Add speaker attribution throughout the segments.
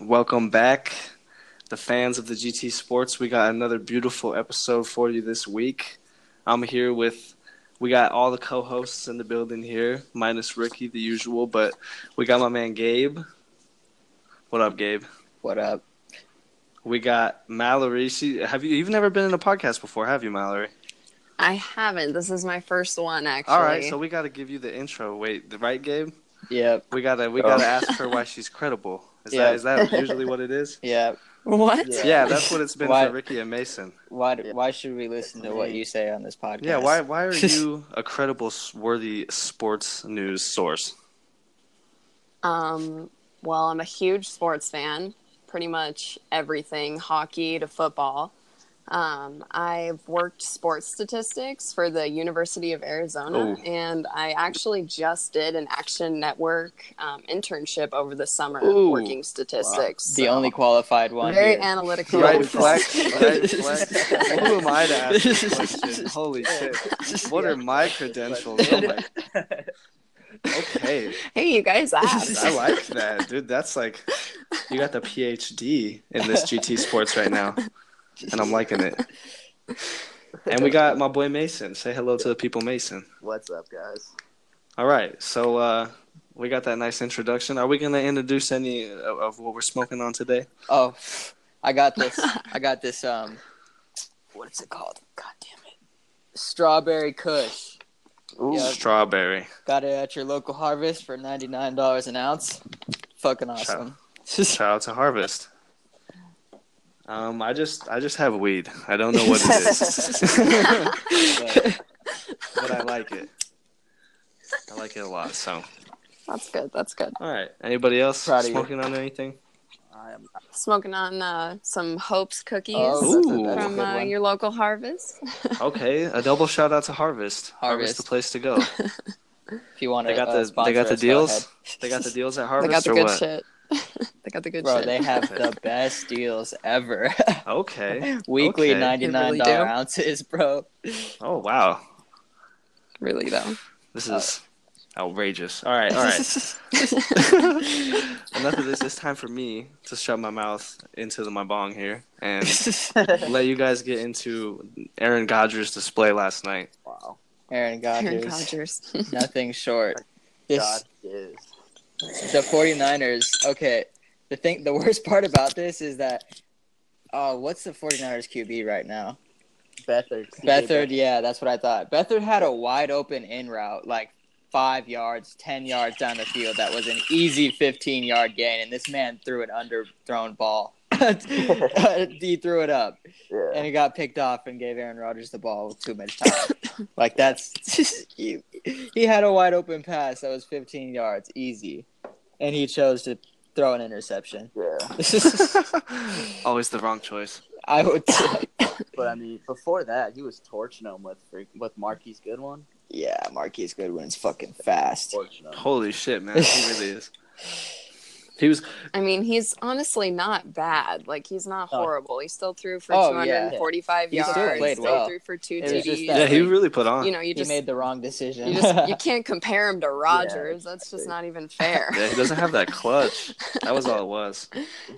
Speaker 1: Welcome back, the fans of the GT Sports. We got another beautiful episode for you this week. I'm here with, we got all the co hosts in the building here, minus Ricky, the usual, but we got my man Gabe. What up, Gabe?
Speaker 2: What up?
Speaker 1: We got Mallory. She, have you, you've never been in a podcast before, have you, Mallory?
Speaker 3: I haven't. This is my first one, actually.
Speaker 1: All right, so we got to give you the intro. Wait, right, Gabe?
Speaker 2: Yep.
Speaker 1: We gotta, we
Speaker 2: Oh.
Speaker 1: gotta ask her why she's credible. Is
Speaker 2: Yeah.
Speaker 1: that, is that usually what it is?
Speaker 2: Yep.
Speaker 3: what?
Speaker 2: Yeah.
Speaker 1: Yeah, that's what it's been
Speaker 2: Why-
Speaker 1: for Ricky and Mason.
Speaker 2: Why? d Why should we listen to what you say on this podcast?
Speaker 1: Yeah, why why are you a credible, s- worthy sports news source?
Speaker 3: Um, well, I'm a huge sports fan. Pretty much everything, hockey to football. Um, I've worked sports statistics for the University of Arizona,
Speaker 1: Oh.
Speaker 3: and I actually just did an Action Network um, internship over the summer
Speaker 1: Ooh.
Speaker 3: working statistics.
Speaker 2: The
Speaker 3: so-
Speaker 2: only qualified one.
Speaker 3: very
Speaker 2: here.
Speaker 3: analytical.
Speaker 1: Right,
Speaker 2: Cool.
Speaker 1: flex, right, flex. Who am I to ask this question? Holy shit! What are my credentials? Oh my- Okay,
Speaker 3: Hey, you guys asked.
Speaker 1: I like that, dude. That's like you got the PhD in this GT sports right now, and I'm liking it. And we got my boy Mason. Say hello to the people, Mason.
Speaker 4: What's up, guys?
Speaker 1: All right, so uh, we got that nice introduction. Are we gonna introduce any of, of what we're smoking on today?
Speaker 2: Oh, I got this. I got this. Um, what is it called? God damn it! Strawberry Kush. Yeah.
Speaker 1: Strawberry.
Speaker 2: Got it at your local harvest for ninety nine dollars an ounce. Fucking awesome.
Speaker 1: Shout out to Harvest. Um, I just I just have weed. I don't know what it is, but, but I like it. I like it a lot. So,
Speaker 3: That's good. That's good.
Speaker 1: all right. Anybody else
Speaker 2: Proud of you.
Speaker 1: smoking on anything?
Speaker 4: I am
Speaker 3: Smoking on uh, some Hope's cookies.
Speaker 2: Oh,
Speaker 1: Ooh.
Speaker 2: that's a, that's a
Speaker 3: from
Speaker 2: good
Speaker 3: uh,
Speaker 2: one.
Speaker 3: your local harvest.
Speaker 1: Okay, a double shout out to Harvest. Harvest,
Speaker 2: Harvest.
Speaker 1: the place to go.
Speaker 2: if you want
Speaker 1: They
Speaker 2: to,
Speaker 1: got
Speaker 2: uh,
Speaker 1: the they
Speaker 2: sponsor
Speaker 1: got the
Speaker 2: us, go ahead.
Speaker 1: deals. They got the deals at
Speaker 3: they
Speaker 1: Harvest
Speaker 3: got the
Speaker 1: or
Speaker 3: good
Speaker 1: what?
Speaker 3: shit. they got the good
Speaker 2: Bro,
Speaker 3: shit.
Speaker 2: they have the best deals ever.
Speaker 1: Okay.
Speaker 2: Weekly
Speaker 1: Okay.
Speaker 2: ninety nine
Speaker 3: They
Speaker 2: dollar
Speaker 3: really do.
Speaker 2: ounces, bro.
Speaker 1: Oh wow.
Speaker 3: really though.
Speaker 1: This is outrageous. All right, all right. Enough of this. It's time for me to shut my mouth into the, my bong here and let you guys get into Aaron Rodgers' display last night.
Speaker 4: wow.
Speaker 2: Aaron
Speaker 3: Aaron
Speaker 2: Godgers,
Speaker 3: Rodgers.
Speaker 2: nothing short. This
Speaker 4: God is
Speaker 2: the 49ers. Okay, the thing, the worst part about this is that, uh, what's the 49ers QB right now?
Speaker 4: Bethard.
Speaker 2: Bethard, yeah, that's what I thought. Bethard had a wide open in route, like five yards, ten yards down the field. That was an easy fifteen yard gain, and this man threw an underthrown ball. he threw it up,
Speaker 4: Yeah.
Speaker 2: and he got picked off and gave Aaron Rodgers the ball too much time. like that's he, he had a wide open pass that was fifteen yards, easy, and he chose to throw an interception.
Speaker 4: yeah.
Speaker 1: Always the wrong choice.
Speaker 2: I would,
Speaker 4: But I mean, before that, he was torching him with freak with Marquise Goodwin.
Speaker 2: yeah, Marquise Goodwin's fucking fast.
Speaker 4: Torching him.
Speaker 1: Holy shit, man. He really is. He was
Speaker 3: I mean, he's honestly not bad. Like he's not
Speaker 2: Oh.
Speaker 3: horrible. He still threw for
Speaker 2: Oh, yeah.
Speaker 3: 245
Speaker 2: He
Speaker 3: yards.
Speaker 2: still played
Speaker 3: still
Speaker 2: well.
Speaker 3: threw for two
Speaker 2: It was just
Speaker 3: TDs.
Speaker 2: that-
Speaker 1: yeah, he really put on.
Speaker 3: you know, you
Speaker 2: he
Speaker 3: just
Speaker 2: made the wrong decision.
Speaker 3: you just you can't compare him to Rodgers. That's
Speaker 4: exactly.
Speaker 3: just not even fair.
Speaker 1: yeah, he doesn't have that clutch. That was all it was.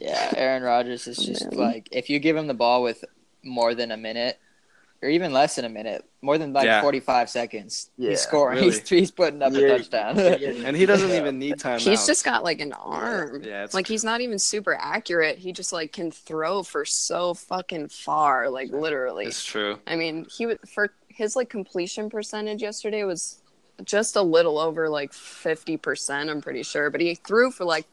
Speaker 2: Yeah, Aaron Rodgers is just
Speaker 3: Man.
Speaker 2: like if you give him the ball with more than a minute, or even less than a minute, more than like
Speaker 1: Yeah.
Speaker 2: forty-five seconds,
Speaker 4: Yeah,
Speaker 2: he's scoring. He's, he's putting up
Speaker 4: Yeah.
Speaker 2: a touchdown.
Speaker 1: And he doesn't even need time.
Speaker 3: He's just got like an arm.
Speaker 1: Yeah, it's
Speaker 3: Like he's not even super accurate. He just like can throw for so fucking far, like literally.
Speaker 1: it's true.
Speaker 3: I mean, he would for his like completion percentage yesterday was just a little over like fifty percent. I'm pretty sure, but he threw for like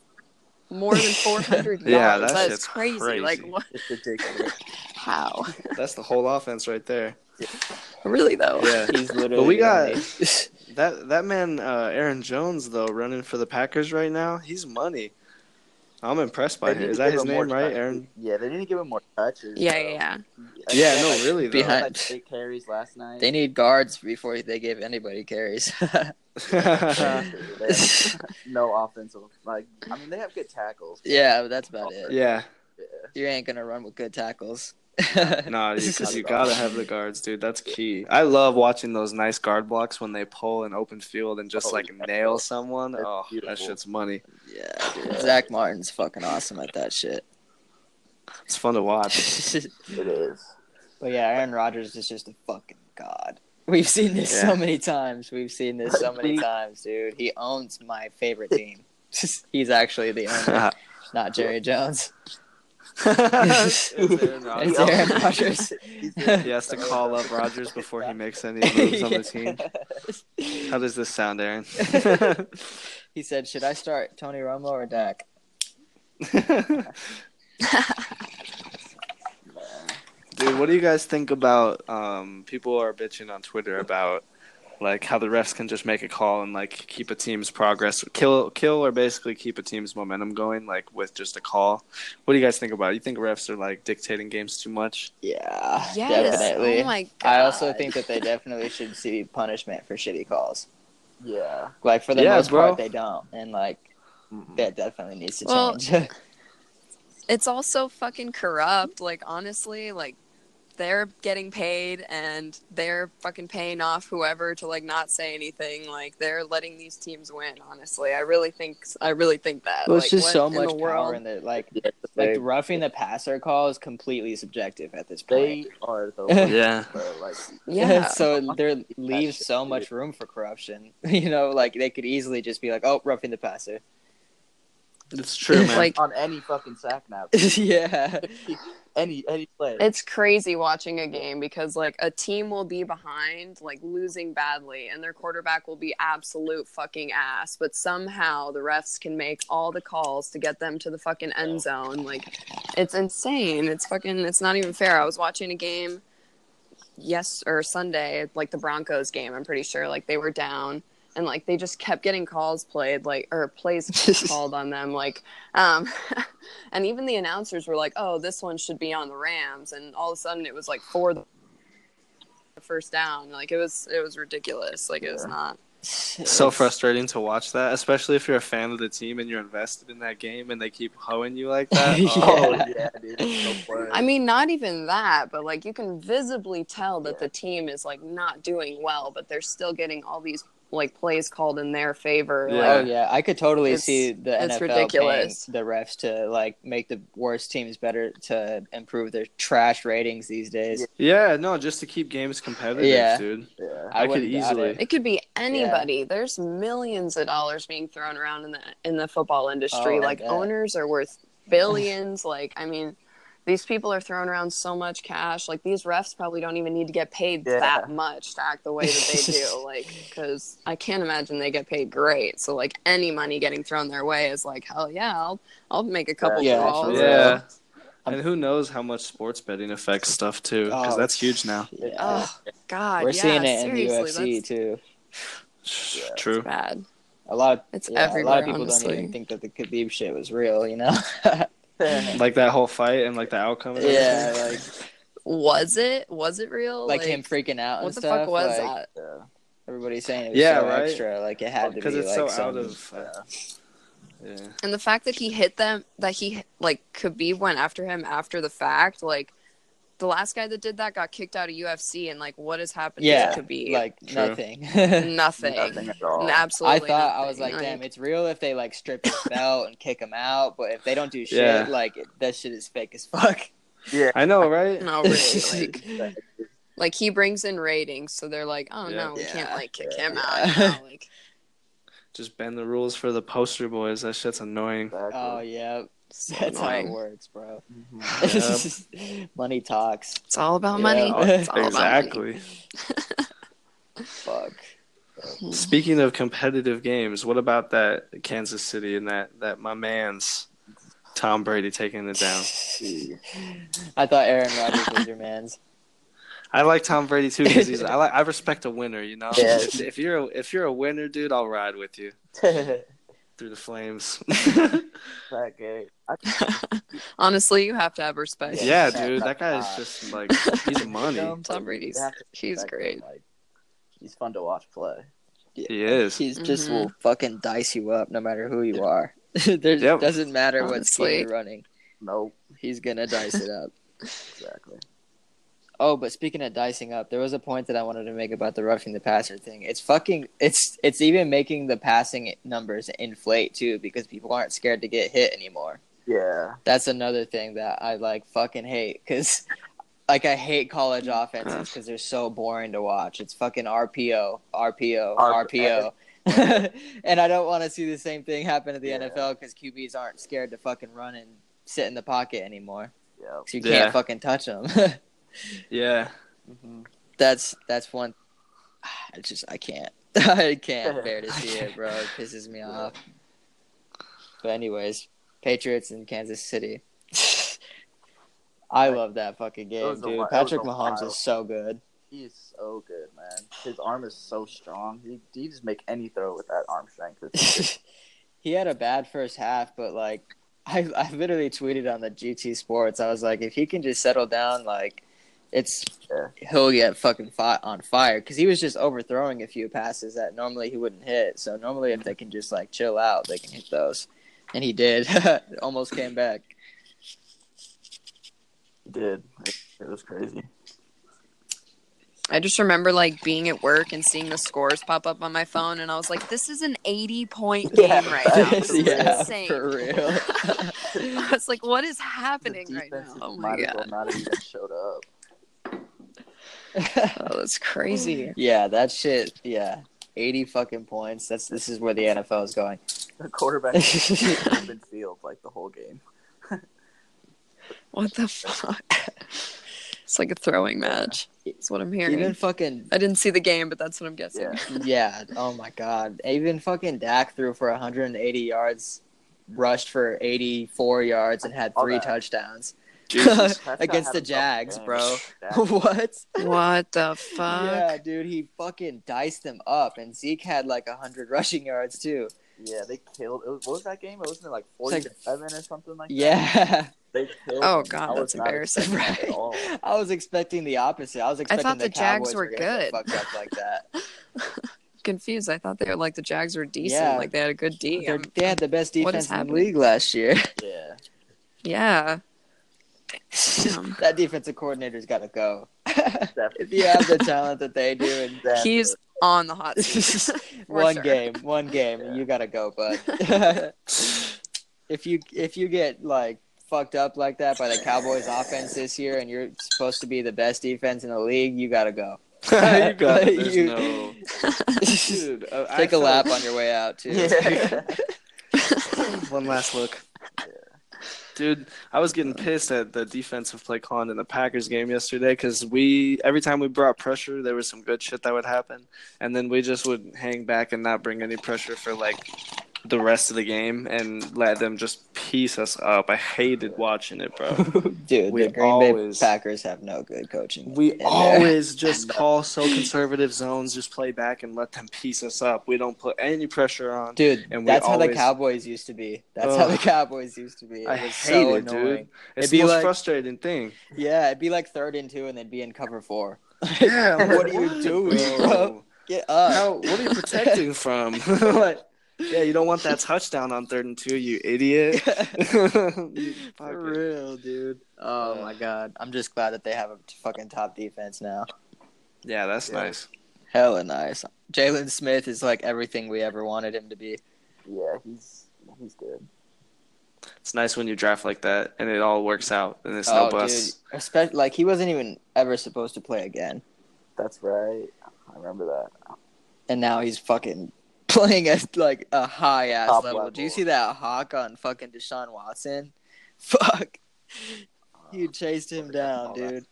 Speaker 3: more than four hundred
Speaker 1: Yeah, that
Speaker 3: yards. That's
Speaker 1: shit's
Speaker 3: crazy.
Speaker 1: crazy.
Speaker 3: Like what?
Speaker 4: It's ridiculous.
Speaker 3: How?
Speaker 1: That's the whole offense right there.
Speaker 3: Really though?
Speaker 1: Yeah.
Speaker 2: he's literally.
Speaker 1: But we got
Speaker 2: only-
Speaker 1: that that man uh, Aaron Jones though running for the Packers right now. He's money. I'm impressed by him.
Speaker 4: They need
Speaker 1: Is
Speaker 4: to
Speaker 1: that
Speaker 4: give
Speaker 1: his
Speaker 4: him more
Speaker 1: name, right,
Speaker 4: touches.
Speaker 1: Aaron?
Speaker 4: Yeah, they need to give him more touches.
Speaker 3: Yeah,
Speaker 4: though.
Speaker 3: yeah, yeah.
Speaker 4: I
Speaker 1: Yeah,
Speaker 4: think,
Speaker 1: no,
Speaker 4: like,
Speaker 1: really
Speaker 4: he
Speaker 1: though.
Speaker 4: had,
Speaker 2: behind-
Speaker 4: like, eight carries last night.
Speaker 2: They need guards before they give anybody carries.
Speaker 4: They have no offensive. Like, I mean, they have good tackles.
Speaker 2: yeah, but that's about it.
Speaker 1: yeah,
Speaker 2: You ain't gonna run with good tackles.
Speaker 1: Nah, you, 'cause you
Speaker 2: Not at all.
Speaker 1: gotta have the guards, dude. That's key. I love watching those nice guard blocks when they pull in open field and just
Speaker 4: Oh,
Speaker 1: like
Speaker 4: yeah.
Speaker 1: nail someone.
Speaker 4: That's
Speaker 1: oh,
Speaker 4: beautiful.
Speaker 1: that shit's money.
Speaker 2: Yeah, dude. Zach Martin's fucking awesome at that shit.
Speaker 1: It's fun to watch.
Speaker 2: but
Speaker 4: It is.
Speaker 2: yeah, Aaron Rodgers is just a fucking god. We've seen this so
Speaker 1: Yeah.
Speaker 2: many times. We've seen this so many times, dude. He owns my favorite team. He's actually the owner, not Jerry Jones.
Speaker 1: It's Aaron
Speaker 2: It's
Speaker 1: Rodgers.
Speaker 2: Aaron Rodgers.
Speaker 1: He has to call up Rodgers before he makes any moves on the team. How does this sound, Aaron?
Speaker 2: he said, "Should I start Tony Romo or Dak?"
Speaker 1: Dude, what do you guys think about um, people are bitching on Twitter about like how the refs can just make a call and like keep a team's progress, kill, kill, or basically keep a team's momentum going like with just a call? What do you guys think about? it? You think refs are like dictating games too much?
Speaker 2: Yeah,
Speaker 3: Yes.
Speaker 2: definitely.
Speaker 3: Oh my god.
Speaker 2: I also think that they definitely should see punishment for shitty calls.
Speaker 4: Yeah.
Speaker 2: Like for the
Speaker 1: Yeah,
Speaker 2: most
Speaker 1: bro.
Speaker 2: part, they don't, and like that definitely needs to
Speaker 3: Well,
Speaker 2: change.
Speaker 3: it's also fucking corrupt. Like honestly, like they're getting paid and they're fucking paying off whoever to like not say anything. Like they're letting these teams win. Honestly, I really think I really think that.
Speaker 2: well, it's
Speaker 3: Like,
Speaker 2: just
Speaker 3: what
Speaker 2: so
Speaker 3: in
Speaker 2: much
Speaker 3: the
Speaker 2: power
Speaker 3: world?
Speaker 2: in it. Like,
Speaker 4: Yeah,
Speaker 2: like
Speaker 4: they,
Speaker 2: the roughing the passer call is completely subjective at this
Speaker 4: they
Speaker 2: point.
Speaker 4: are the worst,
Speaker 1: Yeah.
Speaker 4: bro. Like,
Speaker 3: Yeah.
Speaker 2: so there leaves
Speaker 4: shit,
Speaker 2: so
Speaker 4: dude.
Speaker 2: much room for corruption. You know, like they could easily just be like, "Oh, roughing the passer."
Speaker 1: It's true, man.
Speaker 3: Like-
Speaker 4: on any fucking sack now.
Speaker 2: yeah.
Speaker 4: any any play.
Speaker 3: It's crazy watching a game because like a team will be behind, like losing badly, and their quarterback will be absolute fucking ass. But somehow the refs can make all the calls to get them to the fucking end zone. Like it's insane. It's fucking it's not even fair. I was watching a game yes or Sunday, like the Broncos game, I'm pretty sure. Like they were down and like they just kept getting calls played like or plays called on them like um and even the announcers were like oh this one should be on the rams and all of a sudden it was like for the first down like it was it was ridiculous like it was
Speaker 4: Yeah.
Speaker 3: not
Speaker 1: so frustrating to watch that, especially if you're a fan of the team and you're invested in that game and they keep hoeing you like that.
Speaker 2: Yeah.
Speaker 1: Oh,
Speaker 4: Oh yeah, dude. it's the worst.
Speaker 3: i mean not even that but like you can visibly tell that
Speaker 4: Yeah.
Speaker 3: the team is like not doing well but they're still getting all these like plays called in their favor
Speaker 1: Yeah.
Speaker 3: like
Speaker 2: Oh yeah, I could totally
Speaker 3: It's-
Speaker 2: see the
Speaker 3: it's
Speaker 2: NFL
Speaker 3: ridiculous.
Speaker 2: paying the refs to like make the worst teams better to improve their trash ratings these days.
Speaker 1: yeah, no, just to keep games competitive,
Speaker 2: Yeah.
Speaker 1: dude.
Speaker 4: yeah.
Speaker 1: I, could
Speaker 2: wouldn't doubt
Speaker 1: easily.
Speaker 2: it.
Speaker 3: It could be anybody. There's millions of dollars being thrown around in the in the football industry.
Speaker 2: Oh, I
Speaker 3: like
Speaker 2: bet.
Speaker 3: owners are worth billions. like I mean, these people are throwing around so much cash. Like these refs probably don't even need to get paid
Speaker 4: Yeah.
Speaker 3: that much to act the way that they do. like because I can't imagine they get paid great. So like any money getting thrown their way is like hell yeah. I'll I'll make a couple
Speaker 2: Yeah,
Speaker 3: calls.
Speaker 2: for
Speaker 1: Yeah.
Speaker 2: real.
Speaker 1: And who knows how much sports betting affects stuff too? Because
Speaker 2: Oh.
Speaker 1: that's huge now.
Speaker 2: Yeah.
Speaker 3: Oh God,
Speaker 2: We're
Speaker 3: yeah,
Speaker 2: seeing it in the
Speaker 3: seriously,
Speaker 2: UFC
Speaker 3: that's
Speaker 2: too.
Speaker 4: Yeah.
Speaker 1: True.
Speaker 3: bad.
Speaker 2: A lot,
Speaker 3: It's
Speaker 2: yeah, a
Speaker 3: everywhere.
Speaker 2: lot of people
Speaker 3: honestly.
Speaker 2: don't even think that the Khabib shit was real. You know?
Speaker 1: Like that whole fight and like the outcome. Of
Speaker 2: yeah,
Speaker 1: everything.
Speaker 2: like
Speaker 3: Was it? Was it real?
Speaker 2: like him freaking out and
Speaker 3: What the
Speaker 2: stuff.
Speaker 3: fuck was
Speaker 2: like,
Speaker 3: that?
Speaker 4: Yeah.
Speaker 2: Everybody's saying it was
Speaker 1: Yeah,
Speaker 2: so
Speaker 1: right?
Speaker 2: extra. Like it had to
Speaker 1: because
Speaker 2: be
Speaker 1: it's so
Speaker 2: like some-
Speaker 1: out of. uh, yeah.
Speaker 3: And the fact that he hit them, that he like Khabib went after him after the fact, like the last guy that did that got kicked out of UFC, and like what has happened
Speaker 2: Yeah,
Speaker 3: to Khabib?
Speaker 2: like
Speaker 1: True.
Speaker 2: nothing.
Speaker 3: nothing,
Speaker 4: Nothing at all.
Speaker 3: absolutely.
Speaker 2: I thought I was like,
Speaker 3: Mm, nothing.
Speaker 2: damn, it's real if they like strip his belt and kick him out, but if they don't do shit,
Speaker 1: Yeah.
Speaker 2: like it, that shit is fake as fuck.
Speaker 4: Yeah.
Speaker 1: I know, right?
Speaker 3: no, really. Like, like he brings in ratings, so they're like, oh no, we
Speaker 2: Yeah.
Speaker 3: can't like kick
Speaker 4: Yeah.
Speaker 3: him out. you know, like
Speaker 1: Just bend the rules for the poster boys. That shit's annoying.
Speaker 2: oh
Speaker 4: Exactly.
Speaker 2: yeah,
Speaker 3: it's,
Speaker 2: that's how it
Speaker 3: annoying.
Speaker 2: works, bro.
Speaker 4: Mhm.
Speaker 2: Money talks.
Speaker 3: It's all about
Speaker 2: Yeah.
Speaker 3: money.
Speaker 2: Oh,
Speaker 3: It's all about
Speaker 1: exactly.
Speaker 2: Fuck.
Speaker 3: money.
Speaker 1: Speaking of competitive games, what about that Kansas City and that that my man's Tom Brady taking it down?
Speaker 2: I thought Aaron Rodgers was your man's.
Speaker 1: I like Tom Brady too because he's I like I respect a winner, you know.
Speaker 4: Yeah.
Speaker 1: If, if you're a, if you're a winner, dude, I'll ride with you through the flames.
Speaker 4: That guy. I-
Speaker 3: Honestly, you have to have respect.
Speaker 1: yeah, dude, that guy is just like he's money.
Speaker 3: Tom Brady's-
Speaker 4: You have to
Speaker 3: he's
Speaker 4: respect
Speaker 3: great.
Speaker 4: him, like, he's fun to watch play.
Speaker 1: He is.
Speaker 2: He's just
Speaker 3: Mhm.
Speaker 2: will fucking dice you up no matter who you are. there
Speaker 1: Yep.
Speaker 2: doesn't matter what
Speaker 3: Honestly.
Speaker 2: team you're running.
Speaker 4: Nope.
Speaker 2: He's gonna dice it up.
Speaker 4: Exactly.
Speaker 2: Oh, but speaking of dicing up, there was a point that I wanted to make about the roughing the passer thing. It's fucking it's it's even making the passing numbers inflate too because people aren't scared to get hit anymore.
Speaker 4: Yeah.
Speaker 2: That's another thing that I like fucking hate cuz like I hate college offenses cuz they're so boring to watch. It's fucking RPO, RPO,
Speaker 4: R-
Speaker 2: RPO. and I don't want to see the same thing happen at the
Speaker 4: Yeah.
Speaker 2: NFL cuz QBs aren't scared to fucking run and sit in the pocket anymore.
Speaker 4: Yeah.
Speaker 2: 'Cause you
Speaker 1: Yeah.
Speaker 2: can't fucking touch them.
Speaker 1: Yeah.
Speaker 4: hmm
Speaker 2: that's that's one. I just I can't I can't bear to see it, bro. It pisses me off. But anyways, Patriots in Kansas City. I love that fucking
Speaker 4: That
Speaker 2: game,
Speaker 4: was a
Speaker 2: dude.
Speaker 4: wi- that was
Speaker 2: Patrick
Speaker 4: a
Speaker 2: Mahomes
Speaker 4: wild-
Speaker 2: is so good.
Speaker 4: He's so good, man. His arm is so strong. He, he just make any throw with that arm strength. It's-
Speaker 2: he had a bad first half, but like I I literally tweeted on the GT Sports. I was like, if he can just settle down, like it's
Speaker 4: Yeah.
Speaker 2: he'll get fucking fi- on fire because he was just overthrowing a few passes that normally he wouldn't hit. So normally, if they can just like chill out, they can hit those, and he did. Almost came back.
Speaker 4: He did. It, it was crazy.
Speaker 3: I just remember like being at work and seeing the scores pop up on my phone, and I was like, "This is an 80 point game
Speaker 4: Yeah,
Speaker 3: right now. This is
Speaker 2: yeah,
Speaker 3: insane."
Speaker 2: for real.
Speaker 3: I was like, "What is
Speaker 4: The
Speaker 3: happening right now?"
Speaker 4: defense
Speaker 3: Oh my
Speaker 4: might as
Speaker 3: god,
Speaker 4: well not have even showed up.
Speaker 3: oh, that's crazy.
Speaker 2: yeah, that shit. Yeah, eighty fucking points. That's this is where the NFL is going.
Speaker 4: The quarterback was in open field like the whole game.
Speaker 3: What the fuck? it's like a throwing match. That's what I'm hearing.
Speaker 2: Even fucking
Speaker 3: I didn't see the game, but that's what I'm guessing.
Speaker 4: Yeah.
Speaker 2: Yeah. Oh my God. Even fucking Dak threw for 180 yards, rushed for 84 yards, and had
Speaker 4: All
Speaker 2: three
Speaker 4: that.
Speaker 2: touchdowns.
Speaker 1: Jesus.
Speaker 4: Prescott
Speaker 2: Against
Speaker 4: had
Speaker 2: the
Speaker 4: himself a
Speaker 2: Jags,
Speaker 4: game.
Speaker 2: bro.
Speaker 4: That-
Speaker 2: what?
Speaker 3: What the fuck?
Speaker 2: Yeah, dude. He fucking diced them up, and Zeke had like 100 rushing yards too.
Speaker 4: Yeah, they killed. It was, what was that game? It wasn't it like
Speaker 2: It's like-
Speaker 4: forty-seven or something like
Speaker 2: Yeah.
Speaker 4: that. They killed.
Speaker 3: Oh,
Speaker 4: them.
Speaker 3: God,
Speaker 4: I
Speaker 3: that's
Speaker 4: was not
Speaker 3: embarrassing.
Speaker 4: expecting that at all.
Speaker 2: I was expecting the opposite. I was expecting
Speaker 3: thought the Jags
Speaker 2: Cowboys
Speaker 3: were
Speaker 2: gonna get
Speaker 3: good.
Speaker 2: Fucked up like that.
Speaker 3: Confused. I thought they were like the Jags were decent.
Speaker 2: Yeah.
Speaker 3: Like they had a good D.
Speaker 2: They're- They had the best
Speaker 3: What
Speaker 2: defense
Speaker 3: is
Speaker 2: in the
Speaker 3: happening?
Speaker 2: league last year.
Speaker 4: Yeah.
Speaker 3: Yeah. Damn.
Speaker 2: that defensive coordinator's got to go. If
Speaker 4: Definitely.
Speaker 2: you have the talent that they do, and
Speaker 4: Exactly.
Speaker 3: He's on the hot seat. For
Speaker 2: one
Speaker 3: sure.
Speaker 2: game, one game.
Speaker 4: Yeah.
Speaker 2: You gotta go, bud. if you if you get like fucked up like that by the Cowboys offense this year, and you're supposed to be the best defense in the league, you gotta go.
Speaker 1: you got it. There's
Speaker 2: You-
Speaker 1: no. Dude, uh, I
Speaker 2: Take a
Speaker 1: felt-
Speaker 2: lap on your way out too.
Speaker 4: Yeah.
Speaker 1: One last look. Dude, I was getting pissed at the defensive play calling in the Packers game yesterday because we every time we brought pressure, there was some good shit that would happen, and then we just would hang back and not bring any pressure for like the rest of the game and let them just piece us up. I hated watching it, bro.
Speaker 2: Dude,
Speaker 1: We
Speaker 2: the Green
Speaker 1: always-
Speaker 2: Bay Packers have no good coaching.
Speaker 1: We
Speaker 2: in there.
Speaker 1: always just call so conservative zones, just play back and let them piece us up. We don't put any pressure on.
Speaker 2: Dude,
Speaker 1: and we
Speaker 2: that's how the
Speaker 1: always-
Speaker 2: Cowboys used to be. That's how the
Speaker 1: Ugh.
Speaker 2: Cowboys used to be. It
Speaker 1: I
Speaker 2: was
Speaker 1: hate
Speaker 2: so
Speaker 1: it, dude.
Speaker 2: annoying.
Speaker 1: It's
Speaker 2: It'd be
Speaker 1: the most
Speaker 2: like-
Speaker 1: frustrating thing.
Speaker 2: Yeah, it'd be like third and two, and they'd be in cover four.
Speaker 1: Yeah,
Speaker 2: like, what are you doing, bro? Get up.
Speaker 1: How, what are you protecting from? Like, yeah, you don't want that touchdown on third and two, you idiot. You
Speaker 2: For
Speaker 1: fucking-
Speaker 2: real, dude. Oh
Speaker 1: Uh,
Speaker 2: my god. I'm just glad that they have a fucking top defense now.
Speaker 1: yeah, that's
Speaker 4: Yeah.
Speaker 1: nice.
Speaker 2: Hella nice. Jalen Smith is like everything we ever wanted him to be.
Speaker 4: yeah, he's he's good.
Speaker 1: It's nice when you draft like that and it all works out and it's no bust.
Speaker 2: Oh, dude. Especially like he wasn't even ever supposed to play again,
Speaker 4: That's right. I remember that.
Speaker 2: and now he's fucking playing at like a high ass
Speaker 4: Top
Speaker 2: level. Do you
Speaker 4: level.
Speaker 2: see that hawk on fucking Deshaun Watson? Fuck, you
Speaker 1: Oh,
Speaker 2: chased him down, dude.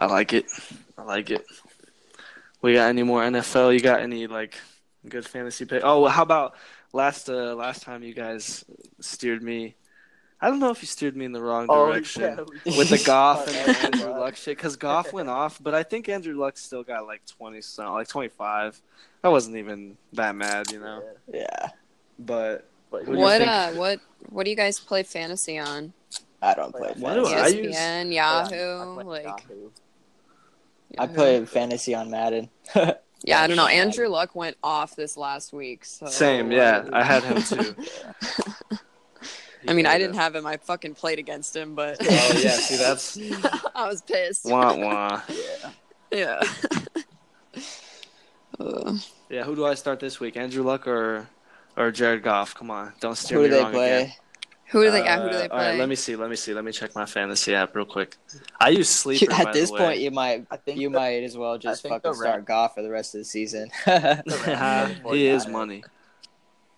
Speaker 1: I like it. I like it. We got any more NFL? You got any like good fantasy pick? Oh, well, how about last uh, last time you guys steered me? I don't know if you steered me in the
Speaker 4: Uh,
Speaker 1: wrong
Speaker 4: oh,
Speaker 2: Oh,
Speaker 1: direction. with the Goff and the Andrew Luck shit because Goff went off, but I think Andrew Luck still got like twenty some, like twenty five. I wasn't even that mad, you know.
Speaker 2: Yeah,
Speaker 1: But What
Speaker 4: But
Speaker 1: do you
Speaker 3: What
Speaker 1: think?
Speaker 3: uh what what do you guys play fantasy on? E
Speaker 2: I don't play.
Speaker 4: What
Speaker 1: do
Speaker 2: fantasy.
Speaker 1: I use-
Speaker 3: ESPN,
Speaker 4: Yeah,
Speaker 3: Yahoo,
Speaker 4: I
Speaker 3: like
Speaker 4: played Yahoo.
Speaker 2: I
Speaker 3: Yahoo.
Speaker 2: play fantasy on Madden.
Speaker 3: Yeah, I don't know. Andrew Luck
Speaker 1: Oh,
Speaker 3: went off this last week, so
Speaker 1: same, yeah, I had him too.
Speaker 3: I mean, I didn't have him. I fucking played against him, but
Speaker 1: Oh yeah, see that's
Speaker 3: I was pissed.
Speaker 1: wah wah.
Speaker 4: Yeah.
Speaker 3: Yeah. Uh,
Speaker 1: Yeah, who do I start this week? Andrew Luck or or Jared Goff? Come on, don't steer
Speaker 2: Who do
Speaker 1: me
Speaker 2: they
Speaker 1: wrong
Speaker 2: play?
Speaker 1: again.
Speaker 3: who do they? yeah, who do
Speaker 1: Uh,
Speaker 3: they play?
Speaker 1: All right, let me see. Let me see. Let me check my fantasy app real quick. I use
Speaker 2: You-
Speaker 1: Sleeper. by
Speaker 2: At
Speaker 1: the
Speaker 2: this
Speaker 1: way.
Speaker 2: point, you might
Speaker 4: I think
Speaker 2: you
Speaker 4: the-
Speaker 2: might as well just
Speaker 4: think the
Speaker 2: fucking start
Speaker 4: Rams-
Speaker 2: golf for the rest of the season.
Speaker 1: he is money.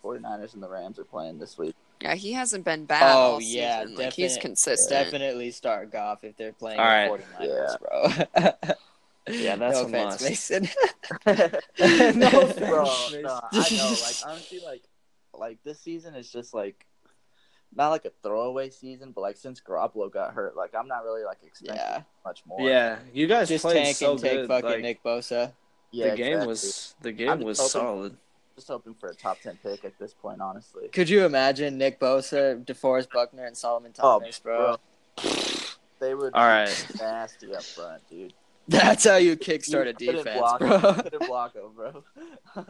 Speaker 4: 49ers and the Rams are playing this week.
Speaker 3: yeah, he hasn't been bad.
Speaker 2: Oh,
Speaker 3: all
Speaker 2: yeah,
Speaker 3: season. like he's
Speaker 2: definite-
Speaker 3: consistent.
Speaker 2: Definitely start golf if they're playing
Speaker 1: All right.
Speaker 2: the 49ers, bro.
Speaker 1: Yeah, that's a
Speaker 2: no offense,
Speaker 1: must.
Speaker 2: Mason.
Speaker 4: no,
Speaker 2: no offense,
Speaker 4: bro,
Speaker 2: Mason.
Speaker 4: no, I know. Like honestly, like like this season is just like not like a throwaway season, but like since Garoppolo got hurt, like I'm not really like expecting
Speaker 2: yeah,
Speaker 4: much more.
Speaker 1: Yeah, you guys
Speaker 2: just
Speaker 1: played
Speaker 2: tank
Speaker 1: so
Speaker 2: and take
Speaker 1: good.
Speaker 2: fucking
Speaker 1: like,
Speaker 2: Nick Bosa.
Speaker 1: the
Speaker 4: yeah.
Speaker 1: game
Speaker 4: exactly.
Speaker 1: was the game
Speaker 4: I'm
Speaker 1: was
Speaker 4: hoping-
Speaker 1: solid.
Speaker 4: just hoping for a top ten pick at this point, honestly.
Speaker 2: Could you imagine Nick Bosa, DeForest Buckner, and Solomon
Speaker 4: Oh,
Speaker 2: Thomas, bro?
Speaker 4: They would
Speaker 1: All right.
Speaker 4: be nasty up front, dude.
Speaker 2: That's how you kickstart
Speaker 4: You
Speaker 2: a
Speaker 4: couldn't
Speaker 2: defense,
Speaker 4: block
Speaker 2: bro.
Speaker 4: Him. Couldn't block him, bro.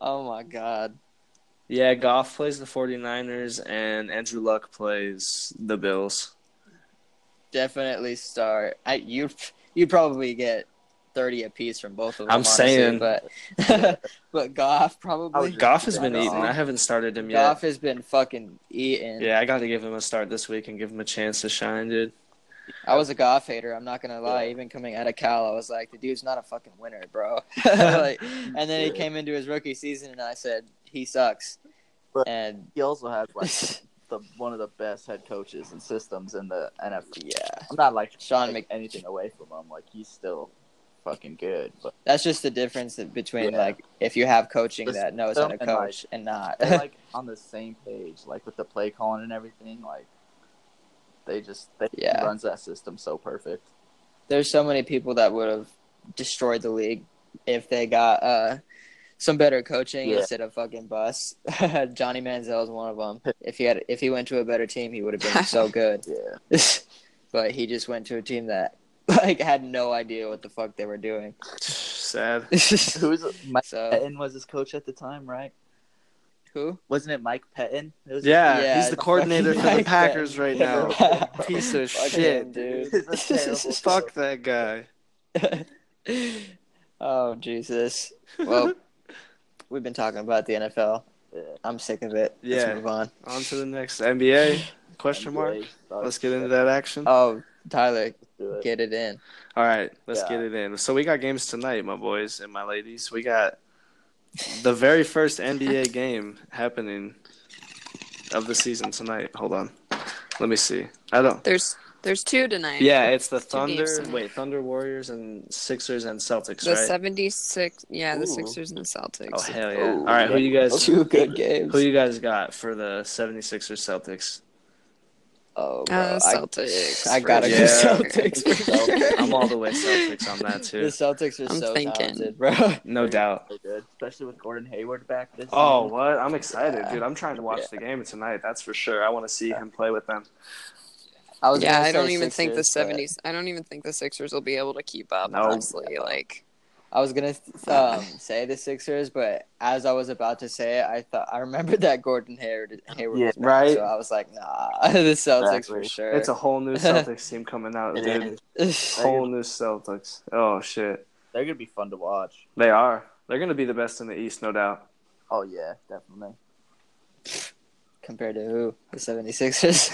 Speaker 2: oh my god.
Speaker 1: Yeah, Goff plays the 49ers and Andrew Luck plays the Bills.
Speaker 2: Definitely start. I you you'd probably get thirty apiece from both of them.
Speaker 1: I'm
Speaker 2: honestly,
Speaker 1: saying.
Speaker 2: but but Goff
Speaker 4: I was
Speaker 2: probably.
Speaker 4: just-
Speaker 1: Goff has been
Speaker 4: Yeah.
Speaker 1: eating. I haven't started him
Speaker 2: Goff
Speaker 1: yet.
Speaker 2: has been fucking eating.
Speaker 1: Yeah, I got to give him a start this week and give him a chance to shine, dude.
Speaker 2: I was a Goff hater. I'm not gonna lie.
Speaker 4: Yeah.
Speaker 2: Even coming out of Cal, I was like, the dude's not a fucking winner, bro. like, and then he
Speaker 4: Yeah.
Speaker 2: came into his rookie season, and I said he sucks.
Speaker 4: But-
Speaker 2: and
Speaker 4: He also has like the one of the best head coaches and systems in the NFL.
Speaker 2: yeah,
Speaker 4: I'm not like
Speaker 2: Sean Mc.
Speaker 4: take anything away from him. Like he's still fucking good, but
Speaker 2: That's just the difference that- between
Speaker 4: Yeah.
Speaker 2: like if you have coaching
Speaker 4: Just
Speaker 2: that knows how to
Speaker 4: something like-
Speaker 2: coach and not.
Speaker 4: they're like on the same page, like with the play calling and everything. Like they just they he
Speaker 2: Yeah.
Speaker 4: runs that system so perfect.
Speaker 2: There's so many people that would have destroyed the league if they got uh, some better coaching
Speaker 4: Yeah.
Speaker 2: instead of fucking bust. Johnny Manziel is one of them. If he had, if he went to a better team, he would have been so good.
Speaker 4: Yeah,
Speaker 2: but he just went to a team that like had no idea what the fuck they were doing.
Speaker 1: Sad.
Speaker 2: so
Speaker 4: who's Mike Pettin was his coach at the time, right?
Speaker 2: who?
Speaker 4: Wasn't it Mike Pettin? It was
Speaker 1: Yeah,
Speaker 2: Yeah,
Speaker 1: he's the coordinator for the
Speaker 2: fucking-
Speaker 1: Packers right now. Piece of
Speaker 2: Fuck
Speaker 1: shit,
Speaker 2: him,
Speaker 4: dude.
Speaker 2: dude.
Speaker 4: That's terrible.
Speaker 1: Fuck that guy.
Speaker 2: oh Jesus! Well, we've been talking about the NFL.
Speaker 4: Yeah.
Speaker 2: I'm sick of it.
Speaker 1: Yeah.
Speaker 2: Let's move on.
Speaker 1: On to the next NBA question mark.
Speaker 4: NBA sucks.
Speaker 1: Let's get into that action.
Speaker 2: Oh, Tyler,
Speaker 4: Do it.
Speaker 2: get it in.
Speaker 1: All right, let's
Speaker 4: Yeah.
Speaker 1: get it in. So we got games tonight, my boys and my ladies. We got the very first NBA game happening of the season tonight. Hold on, let me see. I don't.
Speaker 3: There's there's two tonight.
Speaker 1: Yeah, it's the
Speaker 3: Two
Speaker 1: Thunder.
Speaker 3: games tonight.
Speaker 1: Wait, Thunder, Warriors, and Sixers and Celtics,
Speaker 3: The
Speaker 1: right?
Speaker 3: 76 yeah, the
Speaker 4: Ooh.
Speaker 3: Sixers and the Celtics.
Speaker 1: Oh hell yeah!
Speaker 4: Oh,
Speaker 1: All right, who
Speaker 4: yeah.
Speaker 1: you guys?
Speaker 2: Two good games.
Speaker 1: Who you guys got for the 76ers Celtics?
Speaker 2: oh, bro,
Speaker 3: Uh,
Speaker 2: I-
Speaker 3: Celtics.
Speaker 2: I, gotta
Speaker 1: Yeah.
Speaker 2: go Celtics. for sure.
Speaker 1: I'm all the way Celtics on that
Speaker 2: the
Speaker 1: too.
Speaker 2: Celtics are
Speaker 3: I'm
Speaker 2: so
Speaker 3: thinking.
Speaker 2: talented, bro.
Speaker 1: No doubt.
Speaker 4: So good, especially with Gordon Hayward back this.
Speaker 1: Oh,
Speaker 4: season.
Speaker 1: what? I'm excited,
Speaker 2: Yeah.
Speaker 1: dude. I'm trying to watch
Speaker 2: Yeah.
Speaker 1: the game tonight. That's for sure. I want to see him play with them.
Speaker 2: I was
Speaker 3: yeah,
Speaker 2: gonna
Speaker 3: I don't
Speaker 2: say
Speaker 3: even think the
Speaker 2: Sixers, but-
Speaker 3: 70s I don't even think the Sixers will be able to keep up,
Speaker 1: No.
Speaker 3: honestly. Like
Speaker 2: I was gonna um, say the Sixers, but as I was about to say it, I thought I remembered that Gordon Hayward, Hayward
Speaker 4: Yeah,
Speaker 2: was back,
Speaker 1: right.
Speaker 2: So I was like, nah, the Celtics for
Speaker 4: Exactly.
Speaker 2: sure.
Speaker 1: It's a whole new Celtics team coming out,
Speaker 4: It
Speaker 1: dude.
Speaker 2: It's
Speaker 1: Whole new Celtics. Oh shit,
Speaker 4: They're gonna be fun to watch.
Speaker 1: they are. They're gonna be the best in the East, no doubt.
Speaker 4: Oh yeah, definitely.
Speaker 2: compared to who the 76ers.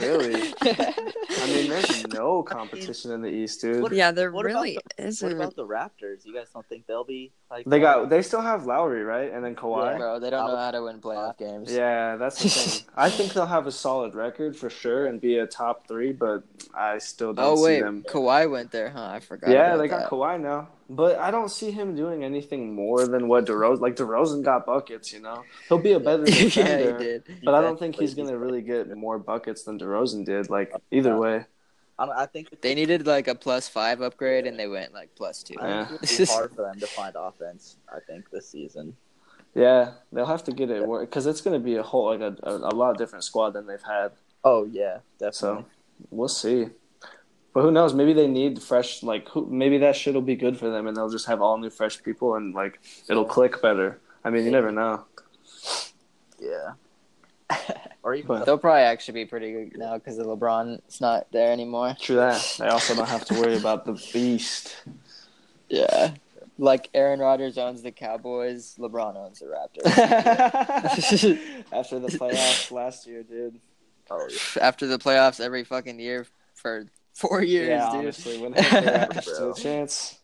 Speaker 1: Dude, really? I mean, there's no competition in the East, dude.
Speaker 3: yeah, there
Speaker 4: what about
Speaker 3: really
Speaker 4: What
Speaker 3: isn't.
Speaker 4: about the Raptors? You guys don't think they'll be like
Speaker 1: They got.
Speaker 4: that?
Speaker 1: They still have Lowry, right? And then Kawhi.
Speaker 2: bro, they don't know how to win playoff games.
Speaker 1: Yeah, that's the thing. I think they'll have a solid record for sure and be a top three, but I still don't
Speaker 2: Oh wait,
Speaker 1: see them.
Speaker 2: Kawhi went there, huh? I forgot.
Speaker 1: Yeah,
Speaker 2: about
Speaker 1: they got
Speaker 2: that.
Speaker 1: Kawhi now, but I don't see him doing anything more than what DeRozan. Like DeRozan got buckets, you know. He'll be a better
Speaker 2: yeah,
Speaker 1: defender,
Speaker 2: he did.
Speaker 4: uh,
Speaker 1: but I don't think
Speaker 4: Exactly.
Speaker 1: he's gonna really get more buckets than DeRozan did. Like either way,
Speaker 4: I, don't- I think it's
Speaker 2: They needed like a plus five upgrade, and they went like plus two.
Speaker 1: Yeah.
Speaker 4: It's gonna be hard for them to find offense. I think this season.
Speaker 1: yeah, they'll have to get it because it's gonna be a whole like a, a, a lot different squad than they've had.
Speaker 4: Oh yeah, definitely.
Speaker 1: So we'll see. But who knows? Maybe they need fresh, like, who, maybe that shit will be good for them and they'll just have all new, fresh people and, like, it'll click better. I mean, you never know.
Speaker 4: Yeah, or even
Speaker 1: But-
Speaker 2: They'll probably actually be pretty good now because of LeBron's not there anymore.
Speaker 1: True that. They also don't have to worry about the beast.
Speaker 2: Yeah. Like Aaron Rodgers owns the Cowboys, LeBron owns the Raptors.
Speaker 1: After the playoffs last year, dude.
Speaker 4: oh,
Speaker 2: After the playoffs every fucking year for four years,
Speaker 1: yeah,
Speaker 2: dude.
Speaker 1: honestly, when they have the Raptors to the chance.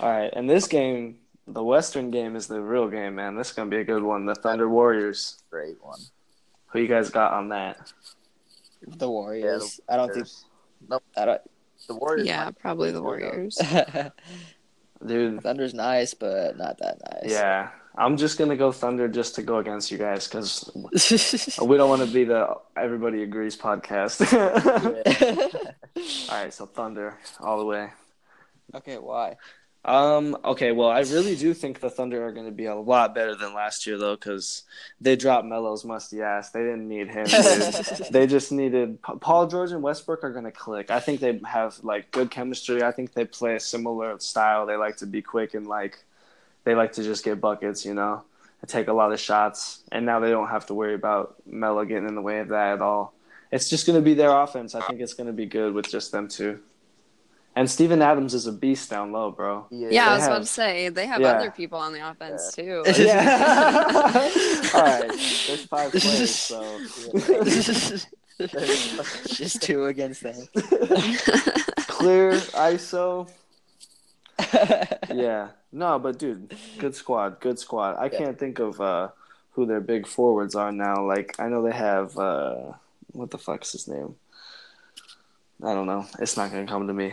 Speaker 1: All right, and this game, the Western game, is the real game, man. This is gonna be a good one. The Thunder Warriors.
Speaker 4: great one.
Speaker 1: Who you guys got on that?
Speaker 2: the Warriors. I don't think
Speaker 4: Warriors.
Speaker 2: I don't.
Speaker 4: the Warriors.
Speaker 3: yeah,
Speaker 4: might-
Speaker 3: probably the
Speaker 4: Who knows?
Speaker 3: Warriors.
Speaker 1: Dude,
Speaker 2: Thunder's nice, but not that nice.
Speaker 1: yeah, I'm just gonna go Thunder just to go against you guys because we don't want to be the everybody agrees podcast. All right, so Thunder all the way.
Speaker 2: okay, why?
Speaker 1: Um. Okay. Well, I really do think the Thunder are going to be a lot better than last year, though, because they dropped Melo's musty ass. They didn't need him. dude. they just needed Pa- Paul George and Westbrook are going to click. I think they have like good chemistry. I think they play a similar style. They like to be quick and like they like to just get buckets. You know, and take a lot of shots. And now they don't have to worry about Melo getting in the way of that at all. It's just going to be their offense. I think it's going to be good with just them two. And Steven Adams is a beast down low, bro.
Speaker 4: Yeah.
Speaker 3: Yeah, I
Speaker 1: They
Speaker 3: was about
Speaker 1: have-
Speaker 3: to say they have
Speaker 1: yeah.
Speaker 3: other people on the offense too. Like,
Speaker 1: Yeah. All right. There's five players, so
Speaker 2: Just two against them.
Speaker 1: clear ISO. Yeah. No, but dude, good squad. Good squad. I can't think of uh, who their big forwards are now. Like I know they have uh, what the fuck's his name? I don't know. It's not gonna come to me.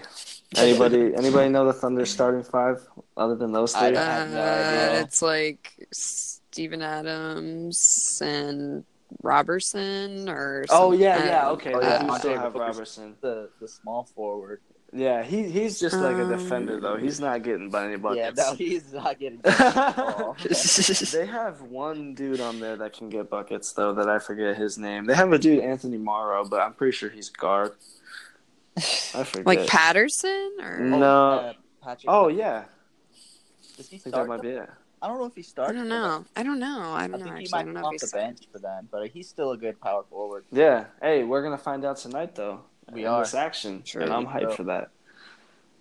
Speaker 1: Anybody? anybody know the Thunder starting five other than those
Speaker 2: I
Speaker 1: three?
Speaker 2: don't- have no idea.
Speaker 3: uh, it's like Steven Adams and Robertson or
Speaker 1: Oh
Speaker 3: some- uh,
Speaker 1: yeah,
Speaker 3: I
Speaker 1: yeah.
Speaker 3: don't-
Speaker 1: Okay.
Speaker 4: Oh,
Speaker 1: they
Speaker 3: yeah.
Speaker 1: do still
Speaker 4: Andre
Speaker 1: have
Speaker 4: Booker's-
Speaker 1: Robertson.
Speaker 4: The the small forward.
Speaker 1: Yeah, he he's just like a defender
Speaker 3: Um,
Speaker 1: though. He's not getting by any
Speaker 4: Yeah,
Speaker 1: buckets.
Speaker 4: no, he's not getting. at all.
Speaker 1: they have one dude on there that can get buckets though that I forget his name. They have a dude Anthony Morrow, but I'm pretty sure he's guard. I forget.
Speaker 3: Like Patterson or
Speaker 1: No.
Speaker 4: uh, Patrick.
Speaker 1: Oh yeah,
Speaker 4: Does he
Speaker 1: I think that
Speaker 4: start?
Speaker 1: might be
Speaker 4: them?
Speaker 1: it.
Speaker 4: I don't know if he
Speaker 3: I
Speaker 4: starts.
Speaker 3: don't
Speaker 4: for them.
Speaker 3: know. I don't know. I
Speaker 4: I
Speaker 3: don't know
Speaker 4: think he
Speaker 3: actually. I
Speaker 4: might
Speaker 3: don't
Speaker 4: come
Speaker 3: know
Speaker 4: off
Speaker 3: if
Speaker 4: the
Speaker 3: he's
Speaker 4: bench for them, but he's still a good power forward.
Speaker 1: Yeah. Hey, we're gonna find out tonight though.
Speaker 4: We
Speaker 1: in
Speaker 4: are.
Speaker 1: this action,
Speaker 3: Sure.
Speaker 1: and I'm hyped
Speaker 4: Yeah.
Speaker 1: for that.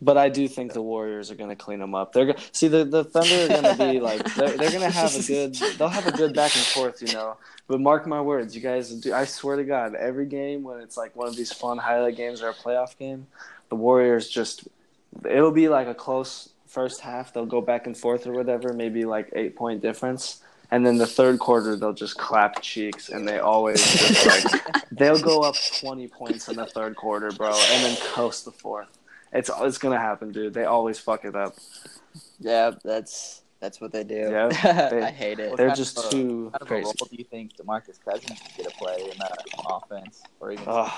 Speaker 1: But I do think the Warriors are going to clean them up. They're go- see the the Thunder are going to be like they're, they're going to have a good they'll have a good back and forth, you know. But mark my words, you guys. Do, I swear to God, every game when it's like one of these fun highlight games or a playoff game, the Warriors just it'll be like a close first half. They'll go back and forth or whatever, maybe like eight point difference. And then the third quarter, they'll just clap cheeks, and they always just like they'll go up twenty points in the third quarter, bro, and then coast the fourth. It's it's gonna happen, dude. They always fuck it up.
Speaker 2: Yeah, that's that's what they do.
Speaker 1: Yeah, they-
Speaker 2: I hate it.
Speaker 4: What
Speaker 1: They're
Speaker 4: kind
Speaker 1: just
Speaker 4: of a-
Speaker 1: too
Speaker 4: What kind of a
Speaker 1: crazy.
Speaker 4: role do you think DeMarcus Cousins is going to play in that offense? Or even
Speaker 1: Ugh.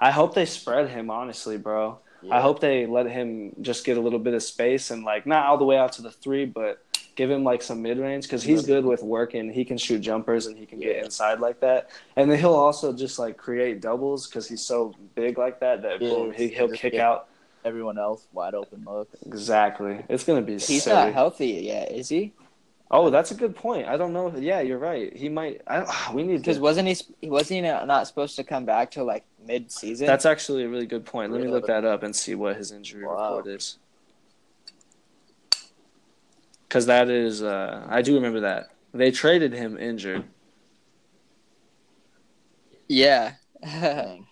Speaker 1: I hope they spread him, honestly, bro. I hope they let him just get a little bit of space and like not all the way out to the three, but give him like some mid range because he's good with working. He can shoot jumpers and he can get
Speaker 4: Yeah.
Speaker 1: inside like that. And then he'll also just like create doubles because he's so big like that that
Speaker 4: Yeah,
Speaker 1: boom, he,
Speaker 4: it's-
Speaker 1: he'll
Speaker 4: it's-
Speaker 1: kick
Speaker 4: yeah.
Speaker 1: out.
Speaker 4: everyone else wide open looks.
Speaker 1: Exactly, it's gonna be.
Speaker 2: He's
Speaker 1: silly.
Speaker 2: not healthy yet, is he?
Speaker 1: Oh, that's a good point. I don't know. Yeah, you're right. He might. I, we need
Speaker 2: Because
Speaker 1: to.
Speaker 2: wasn't he? sp- He wasn't he not not supposed to come back till like mid-season.
Speaker 1: That's actually a really good point. Let me look
Speaker 4: Really?
Speaker 1: that up and see what his injury
Speaker 4: Wow.
Speaker 1: report is. Because that is, uh, I do remember that they traded him injured.
Speaker 2: yeah.
Speaker 4: Dang.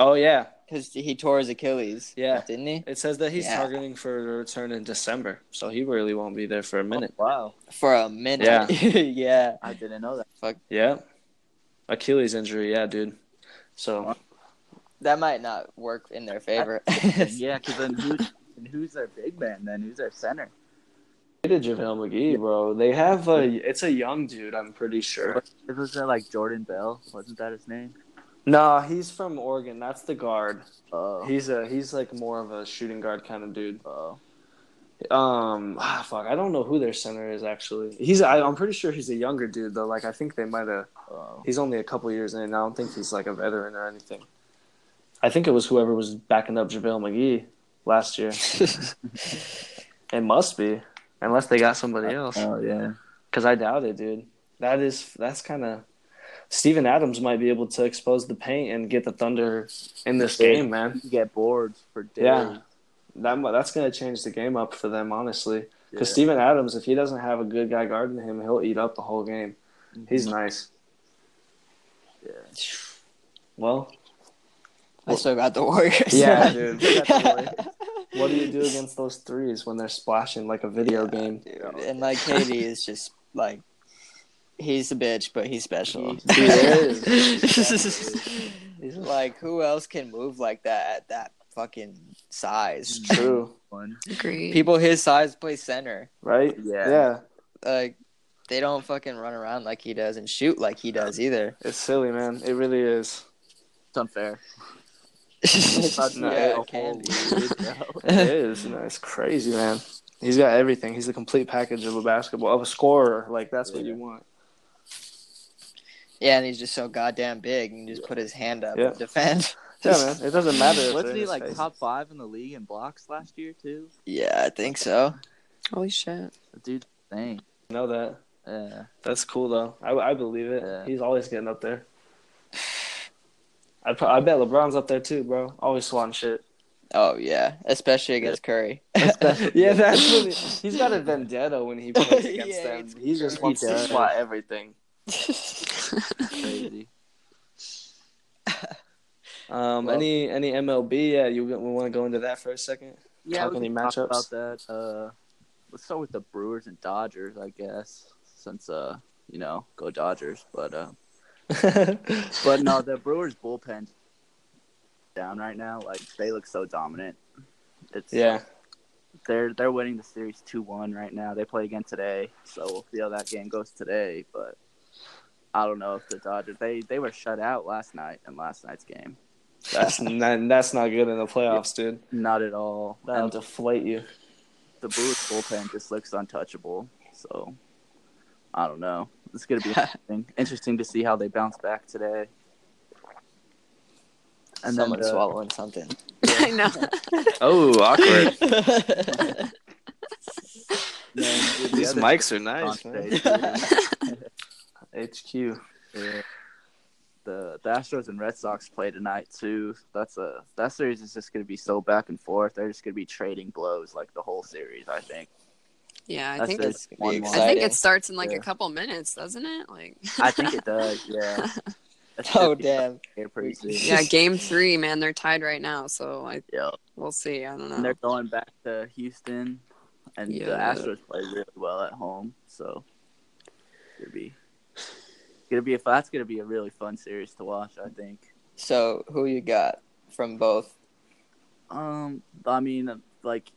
Speaker 1: Oh yeah,
Speaker 2: Because he tore his Achilles.
Speaker 1: Yeah.
Speaker 2: didn't he?
Speaker 1: it says that he's
Speaker 2: Yeah.
Speaker 1: targeting for a return in December, so he really won't be there for a minute.
Speaker 4: Oh, Wow.
Speaker 2: For a minute.
Speaker 1: Yeah.
Speaker 2: yeah.
Speaker 4: I didn't know that.
Speaker 1: Yeah, Achilles injury. Yeah, dude. So
Speaker 2: That might not work in their favor.
Speaker 4: yeah, because then who's, then who's their big man then? Who's their center?
Speaker 1: they did JaVale McGee, bro. They have a. It's a young dude. I'm pretty sure.
Speaker 4: It was uh, like Jordan Bell. Wasn't that his name?
Speaker 1: Nah, he's from Oregon. That's the guard.
Speaker 4: Oh.
Speaker 1: He's a he's like more of a shooting guard kind of dude.
Speaker 4: oh.
Speaker 1: Um, ah, fuck, I don't know who their center is actually. He's I, I'm pretty sure he's a younger dude though. Like I think they might have.
Speaker 4: Oh.
Speaker 1: He's only a couple years in. I don't think he's like a veteran or anything. I think it was whoever was backing up JaVale McGee last
Speaker 4: Uh,
Speaker 1: year. it must be, unless they got somebody else.
Speaker 4: Oh, yeah.
Speaker 1: Because I doubt it, dude. That is that's kind of Steven Adams might be able to expose the paint and get the Thunder in this
Speaker 4: Yeah.
Speaker 1: game, man.
Speaker 4: You get bored for days.
Speaker 1: Yeah. That mu- that's going to change the game up for them, honestly.
Speaker 4: Yeah.
Speaker 1: Because Steven Adams, if he doesn't have a good guy guarding him, he'll eat up the whole game. He's
Speaker 4: Mm.
Speaker 1: nice.
Speaker 4: Yeah.
Speaker 1: Well,
Speaker 2: I still got the Warriors.
Speaker 1: Yeah, dude.
Speaker 4: Definitely.
Speaker 1: what do you do against those threes when they're splashing like a video game?
Speaker 2: and like KD is just like he's a bitch, but he's special.
Speaker 4: He- he
Speaker 1: is.
Speaker 2: like who else can move like that at that fucking size?
Speaker 1: It's true,
Speaker 4: One.
Speaker 3: Agreed.
Speaker 2: People his size play center.
Speaker 1: right?
Speaker 4: Yeah.
Speaker 1: Yeah.
Speaker 2: Like they don't fucking run around like he does and shoot like he does either.
Speaker 1: It's silly, man. It really is.
Speaker 4: It's unfair. oh,
Speaker 1: No,
Speaker 2: yeah,
Speaker 1: it
Speaker 2: it can be.
Speaker 1: It is. No, it's crazy, man. He's got everything. He's the complete package of a basketball of a scorer. Like that's what
Speaker 4: Yeah.
Speaker 1: you want.
Speaker 2: Yeah, and he's just so goddamn big and you just put his hand up
Speaker 1: Yeah.
Speaker 2: and defend.
Speaker 1: Yeah, man. It doesn't matter. if they're
Speaker 4: Wasn't
Speaker 1: in
Speaker 4: he
Speaker 1: his
Speaker 4: like
Speaker 1: face.
Speaker 4: top five in the league in blocks last year too?
Speaker 2: Yeah, I think so.
Speaker 3: Holy shit.
Speaker 4: The dude's insane.
Speaker 1: You know that.
Speaker 4: Yeah.
Speaker 1: That's cool though. I, I believe it.
Speaker 4: Yeah.
Speaker 1: He's always getting up there. I pro- I bet LeBron's up there too, bro. Always swatting shit.
Speaker 2: Oh yeah, especially against Curry.
Speaker 1: yeah, that's what he, he's got a vendetta when he plays against
Speaker 2: Yeah,
Speaker 1: them.
Speaker 2: it's
Speaker 1: He just
Speaker 2: crazy.
Speaker 1: wants to
Speaker 4: He does.
Speaker 1: swat everything.
Speaker 4: Crazy.
Speaker 1: Um,
Speaker 4: Well-
Speaker 1: any any MLB? Yeah, you we want to go into that for a second?
Speaker 4: Yeah,
Speaker 1: Talk
Speaker 4: we
Speaker 1: any
Speaker 4: can talk
Speaker 1: matchups?
Speaker 4: about that. Uh, let's start with the Brewers and Dodgers, I guess, since uh, you know, go Dodgers. But uh, but no, the Brewers bullpen down right now. Like they look so dominant. It's
Speaker 1: yeah,
Speaker 4: they're they're winning the series two one right now. They play again today, so we'll see how that game goes today. But I don't know if the Dodgers they they were shut out last night in last night's game.
Speaker 1: that's not, that's not good in the playoffs, dude.
Speaker 4: Not at all.
Speaker 1: That'll
Speaker 4: And
Speaker 1: deflate you.
Speaker 4: the Brewers bullpen just looks untouchable. So I don't know. It's gonna be interesting. interesting to see how they bounce back today.
Speaker 2: And Someone
Speaker 4: And then uh, the,
Speaker 2: swallowing something.
Speaker 3: I know.
Speaker 1: Oh, awkward.
Speaker 4: then the
Speaker 1: These
Speaker 4: other
Speaker 1: mics are
Speaker 4: on
Speaker 1: nice, man.
Speaker 4: today, too.
Speaker 1: HQ.
Speaker 4: Yeah. The the Astros and Red Sox play tonight too. That's a that series is just gonna be so back and forth. They're just gonna be trading blows like the whole series. I think.
Speaker 3: Yeah, I
Speaker 4: That's
Speaker 3: think
Speaker 4: it.
Speaker 3: it's.
Speaker 2: Be
Speaker 4: I
Speaker 3: I think
Speaker 2: exciting.
Speaker 3: it starts in like
Speaker 4: Yeah.
Speaker 3: a couple minutes, doesn't it? Like,
Speaker 4: I think it does. Yeah. That
Speaker 2: oh
Speaker 4: should be
Speaker 2: damn.
Speaker 4: here Pretty soon.
Speaker 3: yeah, game three, man, they're tied right now, so I
Speaker 4: Yeah.
Speaker 3: we'll see. I don't
Speaker 4: And
Speaker 3: know.
Speaker 4: they're going back to Houston, and the
Speaker 3: Yeah.
Speaker 4: Astros play really well at home. So it's gonna be gonna be a that's gonna be a really fun series to watch. I think.
Speaker 2: So who you got from both?
Speaker 4: Um, I mean, like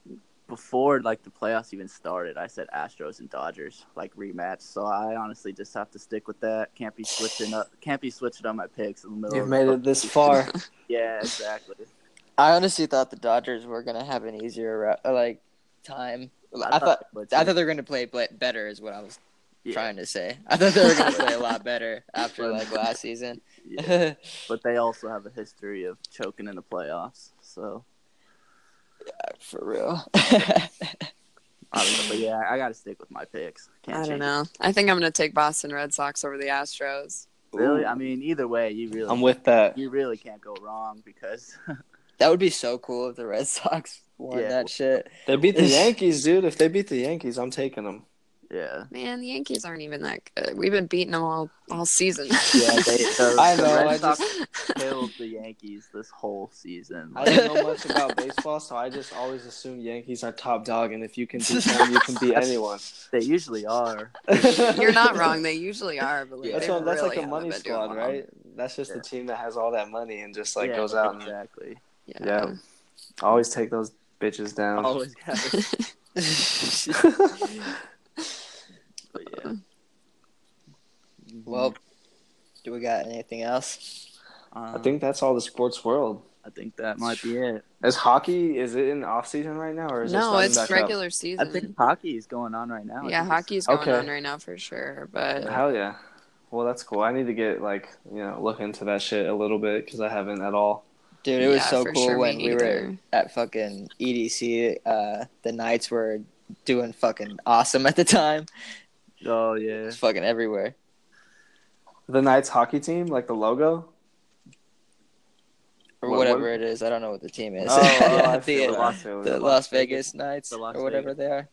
Speaker 4: before, like the playoffs even started, I said Astros and Dodgers like rematch. So I honestly just have to stick with that. Can't be switching up. Can't be switching on my picks in the middle.
Speaker 1: You've
Speaker 4: of-
Speaker 1: made it this far.
Speaker 4: Yeah, exactly.
Speaker 2: I honestly thought the Dodgers were gonna have an easier rou- uh, like time. I thought
Speaker 4: but
Speaker 2: I thought they were gonna play ble- better is what I was
Speaker 4: yeah,
Speaker 2: trying to say. I thought they were gonna play a lot better after like last season.
Speaker 4: yeah. but they also have a history of choking in the playoffs. So
Speaker 2: For real.
Speaker 4: I don't know. But yeah, I gotta stick with my picks. Can't
Speaker 3: I don't
Speaker 4: change
Speaker 3: know. I think I'm gonna take Boston Red Sox over the Astros.
Speaker 4: it. Really? I mean, either way, you really,
Speaker 1: I'm with that.
Speaker 4: you really can't go wrong because
Speaker 2: that would be so cool if the Red Sox won
Speaker 4: Yeah.
Speaker 2: that shit.
Speaker 1: They beat the Yankees, dude. If they beat the Yankees, I'm taking them.
Speaker 4: yeah,
Speaker 3: Man, the Yankees aren't even that good. We've been beating them all all season.
Speaker 4: yeah. They, the,
Speaker 2: I
Speaker 4: the
Speaker 2: know,
Speaker 4: Red
Speaker 2: I
Speaker 4: Sox killed the Yankees this whole season.
Speaker 1: I don't know much about baseball, so I just always assume Yankees are top dog, and if you can beat them, you can beat anyone.
Speaker 4: They usually are.
Speaker 3: You're not wrong. They usually are, but like,
Speaker 1: That's,
Speaker 3: they
Speaker 1: what, that's
Speaker 3: really
Speaker 1: like a
Speaker 3: haven't
Speaker 1: money
Speaker 3: been doing
Speaker 1: squad,
Speaker 3: well.
Speaker 1: right? That's just the
Speaker 4: Yeah.
Speaker 1: team that has all that money and just like
Speaker 4: Yeah,
Speaker 1: goes out and
Speaker 4: exactly.
Speaker 3: Yeah.
Speaker 1: Yeah. always take those bitches down.
Speaker 4: Always got it. But yeah. Mm-hmm.
Speaker 2: well, do we got anything else?
Speaker 1: I think that's all the sports world.
Speaker 4: Um, I think that might be it.
Speaker 1: Is hockey? Is it in off season right now, or is it
Speaker 3: No,
Speaker 1: starting
Speaker 3: it's
Speaker 1: back
Speaker 3: regular
Speaker 4: I
Speaker 3: season.
Speaker 4: think hockey is going on right now. I
Speaker 3: yeah,
Speaker 4: think
Speaker 3: hockey's going
Speaker 1: Okay.
Speaker 3: on right now for sure. But
Speaker 1: Up? Hell yeah! Well, that's cool. I need to get like you know look into that shit a little bit because I haven't at all.
Speaker 2: Dude, it was
Speaker 3: Yeah,
Speaker 2: so
Speaker 3: for
Speaker 2: cool
Speaker 3: sure, me
Speaker 2: when we were
Speaker 3: neither.
Speaker 2: at fucking E EDC. Uh, the Knights were doing fucking awesome at the time.
Speaker 4: Oh yeah.
Speaker 2: It's fucking everywhere.
Speaker 1: The Knights hockey team, like the logo.
Speaker 2: Or
Speaker 1: What-
Speaker 2: whatever
Speaker 1: what-
Speaker 2: it is. I don't know what the team is.
Speaker 1: Oh, oh, I
Speaker 2: the,
Speaker 1: feel it.
Speaker 2: uh,
Speaker 1: Las Vegas.
Speaker 2: the Las Vegas Knights
Speaker 4: The Las
Speaker 2: or whatever they are.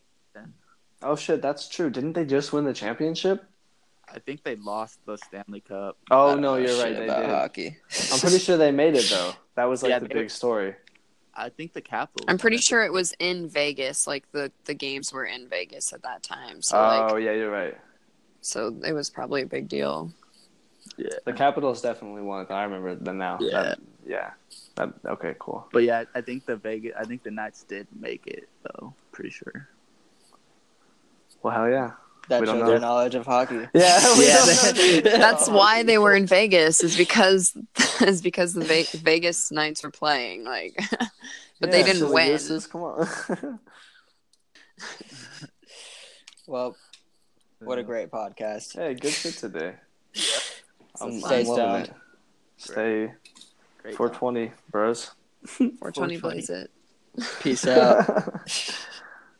Speaker 1: Oh shit, that's true. Didn't they just win the championship?
Speaker 4: I think they lost the Stanley Cup.
Speaker 2: I
Speaker 1: Oh
Speaker 2: don't
Speaker 1: no,
Speaker 2: know
Speaker 1: you're
Speaker 2: shit
Speaker 1: right. They did.
Speaker 2: about hockey.
Speaker 1: I'm pretty sure they made it though. That was like
Speaker 4: Yeah,
Speaker 1: the
Speaker 4: they-
Speaker 1: big story.
Speaker 4: I think the Capitals.
Speaker 3: I'm pretty
Speaker 4: won it.
Speaker 3: sure it was in Vegas. Like the the games were in Vegas at that time. So
Speaker 1: oh
Speaker 3: like
Speaker 1: yeah, you're right.
Speaker 3: so it was probably a big deal.
Speaker 1: The Capitals definitely won it. I remember the now.
Speaker 4: Yeah.
Speaker 1: That- yeah. That, okay, cool.
Speaker 4: But yeah, I think the Vegas. I think the Knights did make it though. Pretty sure.
Speaker 1: Well, hell yeah.
Speaker 2: That
Speaker 1: We don't
Speaker 2: shows
Speaker 1: know.
Speaker 2: their knowledge of hockey.
Speaker 1: Yeah. we
Speaker 2: Yeah,
Speaker 1: don't
Speaker 2: that-
Speaker 1: know.
Speaker 3: That's why they were in Vegas is because is because the Ve- Vegas Knights were playing. Like, but they
Speaker 1: Yeah,
Speaker 3: didn't
Speaker 1: silly
Speaker 3: win.
Speaker 1: gooses, come on.
Speaker 2: Well, what a great podcast.
Speaker 1: hey, good shit today. I'm,
Speaker 2: Stay
Speaker 1: I'm loving
Speaker 2: stoned.
Speaker 1: it. Stay
Speaker 4: Great.
Speaker 1: 420, bros.
Speaker 3: 420 plays it.
Speaker 2: Peace out.